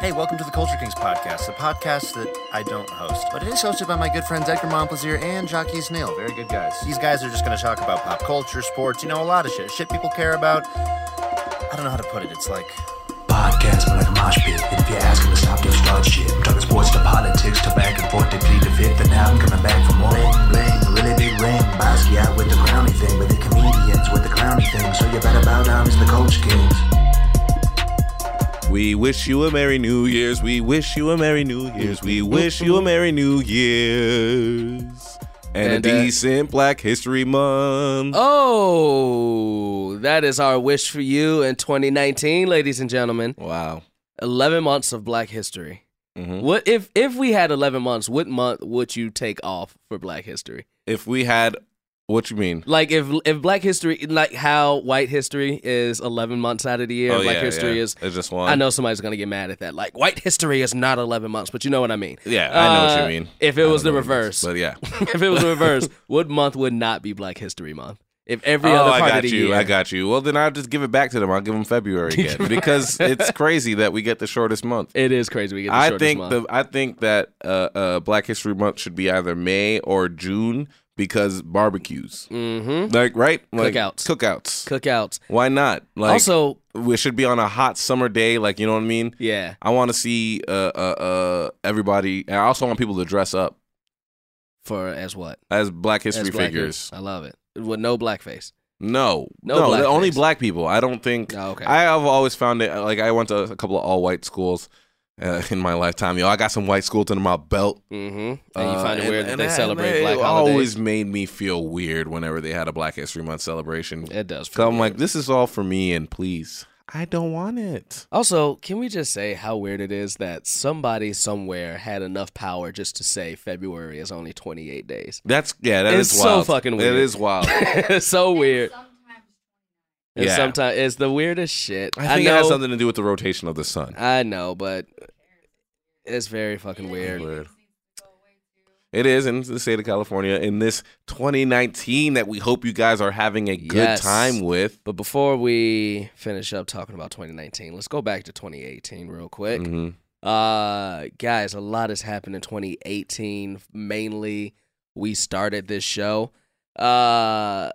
Hey, welcome to the Culture Kings podcast, the podcast that I don't host, but it is hosted by my good friends Edgar Montplaisir and Jockey Snail. Very good guys. These guys are just going to talk about pop culture, sports, you know, a lot of shit. Shit people care about. I don't know how to put it. It's like Podcast but like a mosh pit. And if you ask them to stop, they'll start shit. I'm talking sports to politics to back and forth. They plead the fifth, and now I'm coming back for more. Bling, bling, a really big ring. Basquiat with the crowny thing, but the comedians with the clowny thing. So you better bow down as the coach kings. We wish you a Merry New Year's. We wish you a Merry New Year's. We wish you a Merry New Year's. And, And, a uh, decent Black History Month. Oh, that is our wish for you in 2019, ladies and gentlemen. Wow. 11 months of Black history. Mhm. What if if we had 11 months, what month would you take off for Black history? If we had, what you mean? Like if if Black history like how white history is 11 months out of the year, Oh, Black yeah, history yeah. is It's just one. I know somebody's going to get mad at that. Like white history is not 11 months, but you know what I mean. Yeah, I know what Uh, you mean. If I it don't was the know what it is, reverse, But yeah. if it was the reverse, what month would not be Black History Month? If every oh, other part I got of the you. year, I got you. Well, then I'll just give it back to them. I'll give them February again because it's crazy that we get the shortest month. it is crazy. We get the I shortest think month. the I think that uh, uh, Black History Month should be either May or June because barbecues, hmm like right, like, Cookouts. cookouts. cookouts. Why not? Like, also, we should be on a hot summer day. Like, you know what I mean? yeah, I want to see uh, uh, uh, everybody, and I also want people to dress up for as what as Black As History black figures. people. I love it with no blackface. No, No no, blackface. only Black people. I don't think. Oh, okay, I have always found it like I went to a couple of all white schools uh, in my lifetime. Yo, I got some white schools under my belt. mm-hmm. and you Uh, find it and- weird that and they I- celebrate it black holidays. always made me feel weird whenever they had a Black History Month celebration. it does. So I'm me. like, this is all for me, and please, I don't want it. Also, can we just say how weird it is that somebody somewhere had enough power just to say February is only 28 days? That's yeah, that is It's so wild. fucking weird. It is wild. it's so weird. And Yeah. sometimes it's the weirdest shit. I think it has know- something to do with the rotation of the sun. I know, but it's very fucking weird. It is in the state of California in this 2019 that we hope you guys are having a good Yes. time with. But before we finish up talking about 2019, let's go back to 2018 real quick. Mhm. Uh, guys, a lot has happened in 2018. Mainly, we started this show. Uh,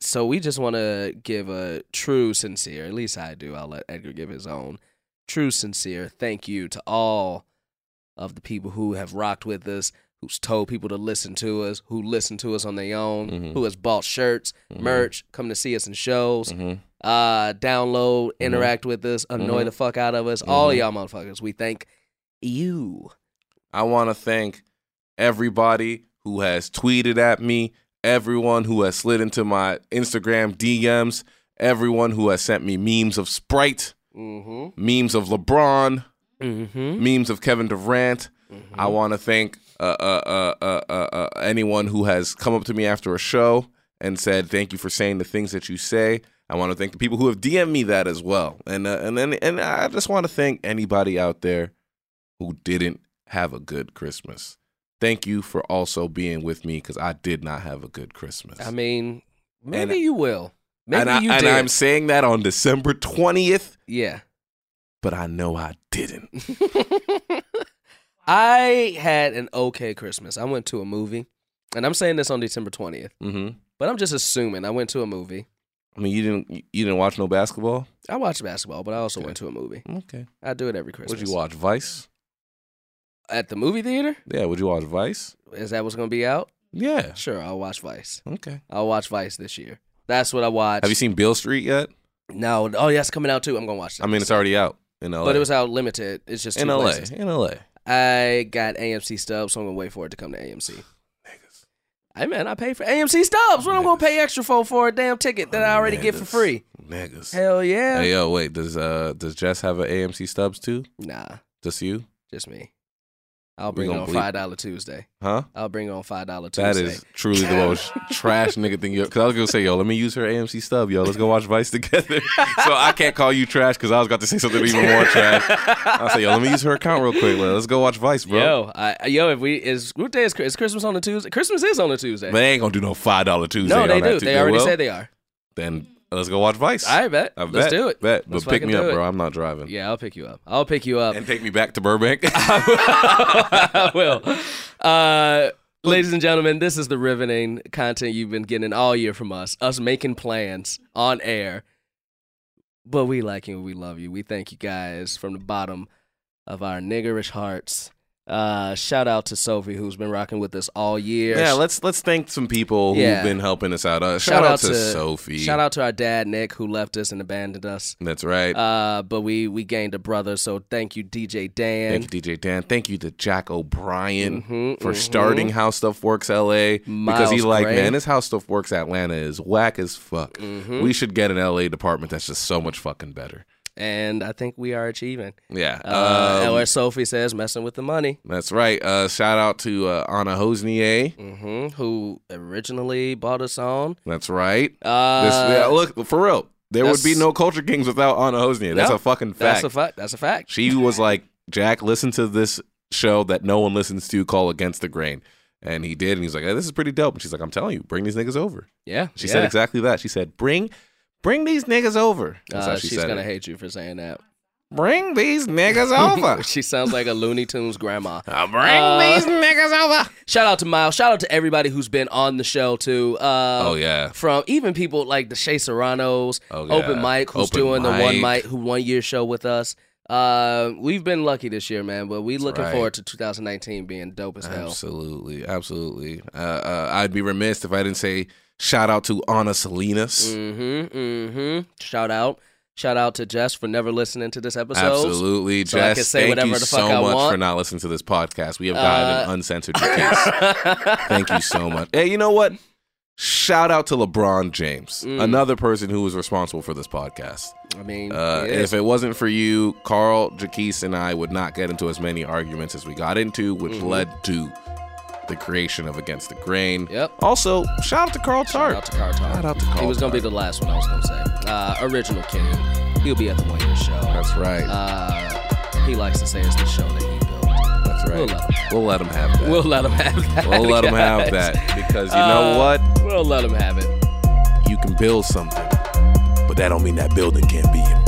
so we just want to give a true, sincere, at least I do, I'll let Edgar give his own, true, sincere thank you to all of the people who have rocked with us, who's told people to listen to us, who listen to us on their own, Mhm. who has bought shirts, Mhm. merch, come to see us in shows, Mhm. uh, download, Mm-hmm. interact with us, annoy Mhm. the fuck out of us. All Mhm. y'all motherfuckers, we thank you. I want to thank everybody who has tweeted at me, everyone who has slid into my Instagram DMs, everyone who has sent me memes of Sprite, Mm-hmm. memes of LeBron, Mm-hmm. memes of Kevin Durant. I want to thank uh, uh, uh, uh, uh, uh, anyone who has come up to me after a show and said thank you for saying the things that you say. I want to thank the people who have DM'd me that as well, and uh, and then and I just want to thank anybody out there who didn't have a good Christmas. Thank you for also being with me because I did not have a good Christmas. I mean, maybe you will. Maybe and, I, you and did. I'm saying that on December twentieth, yeah. but I know I didn't. I had an okay Christmas. I went to a movie, and I'm saying this on December 20th, hmm but I'm just assuming I went to a movie. I mean, you didn't you didn't watch no basketball. I watched basketball, but I also Okay. went to a movie. Okay, I do it every Christmas. what'd you watch? Vice. At the movie theater? Yeah, would you watch Vice? Is that what's going to be out? Yeah. Sure, I'll watch Vice. Okay. I'll watch Vice this year. That's what I watched. Have you seen Bill Street yet? No. Oh, yeah, it's coming out too. I'm gonna watch it. I mean, it's already out in LA. but it was out limited. It's just two in LA. places. In LA. I got AMC stubs, so I'm gonna wait for it to come to AMC. Hey man, I paid for AMC stubs. What I'm gonna pay extra for for a damn ticket that I already get for Niggas. free? Niggas. Hell yeah. Hey yo, wait. Does uh does Jess have an AMC Stubbs too? Nah, Just you? just me. I'll We bring gonna on bleep. five dollar Tuesday. Huh? I'll bring on five dollar Tuesday. That is truly the most trash nigga thing. you Because I was gonna say, yo, let me use her AMC stub, yo. Let's go watch Vice together. so I can't call you trash because I was about to say something even more trash. I say, yo, let me use her account real quick. Let's go watch Vice, bro. Yo, I, yo, if we is what day is, Chris- is Christmas on a Tuesday? Christmas is on a Tuesday. But they ain't gonna do no five dollar Tuesday. no, they on that do. Tuesday. They already Well, said they are. Then Let's go watch Vice. I bet. I Let's bet, do it. Bet. Let's but pick fucking me up, do it. bro. I'm not driving. Yeah, I'll pick you up. I'll pick you up. And take me back to Burbank. I will. Uh, ladies and gentlemen, this is the riveting content you've been getting all year from us. Us making plans on air. But we like you. We love you. We thank you guys from the bottom of our niggerish hearts. Uh, shout out to Sophie, who's been rocking with us all year. yeah, let's let's thank some people Yeah. who've been helping us out. Uh, shout, out, to, Sophie. Shout out to our dad, Nick, who left us and abandoned us. That's right. Uh, but we we gained a brother, so thank you, DJ Dan. Thank you, DJ Dan. Thank you to Jack O'Brien Mhm, for mhm. starting How Stuff Works LA because he Miles like, Gray. man, this How Stuff Works Atlanta is whack as fuck. Mm-hmm. We should get an LA department that's just so much fucking better. and I think we are achieving. Yeah. Uh, um, or as Sophie says, messing with the money. that's right. Uh, shout out to uh, Anna Hosnier. hmm Who originally bought us on? That's right. Uh, This- yeah, look, for real, there would be that's- no Culture Kings without Anna Hosnier. That's No, a fucking fact. that's a fact. That's a fact. She was like, Jack, listen to this show that no one listens to called Against the Grain. And he did. And he was like, hey, this is pretty dope. And she's like, I'm telling you, bring these niggas over. yeah, She yeah. said exactly that. She said, "Bring, bring these niggas over." That's Uh, how she she's said gonna it. hate you for saying that. Bring these niggas over. she sounds like a Looney Tunes grandma. Uh, bring Uh, these niggas over. Shout out to Miles. Shout out to everybody who's been on the show too. Uh, Oh yeah, From even people like the Shea Serranos, Oh, Open yeah. Mike, who's Open doing the one mic. mic, who one year show with us. Uh, we've been lucky this year, man. But we looking right. forward to 2019 being dope as hell. absolutely, absolutely. Uh, uh, I'd be remiss if I didn't say shout out to Anna Salinas. Mm-hmm. Mm-hmm. Shout out. Shout out to Jess for never listening to this episode. Absolutely, so I Jess. can say thank whatever you the fuck so I much want. Uh, for not listening to this podcast. We have gotten an uncensored case. thank you so much. Hey, you know what? Shout out to LeBron James, Mm. another person who was responsible for this podcast. I mean, Uh, yeah. If it wasn't for you, Carl, Jaquise, and I would not get into as many arguments as we got into, which Mm-hmm. led to the creation of Against the Grain. Yep. Also, shout out to Carl Tart. shout out to Car Talk. Shout out to Carl He was gonna be Tart. the last one I was gonna say. Uh, original King. He'll be at the one year show. That's right. Uh, he likes to say it's the show that he built. That's we'll right. let him- We'll let him have that. We'll let him have that. We'll let him have guys. that because you Uh, know what? We'll let him have it. You can build something, but that don't mean that building can't be improved. Mm.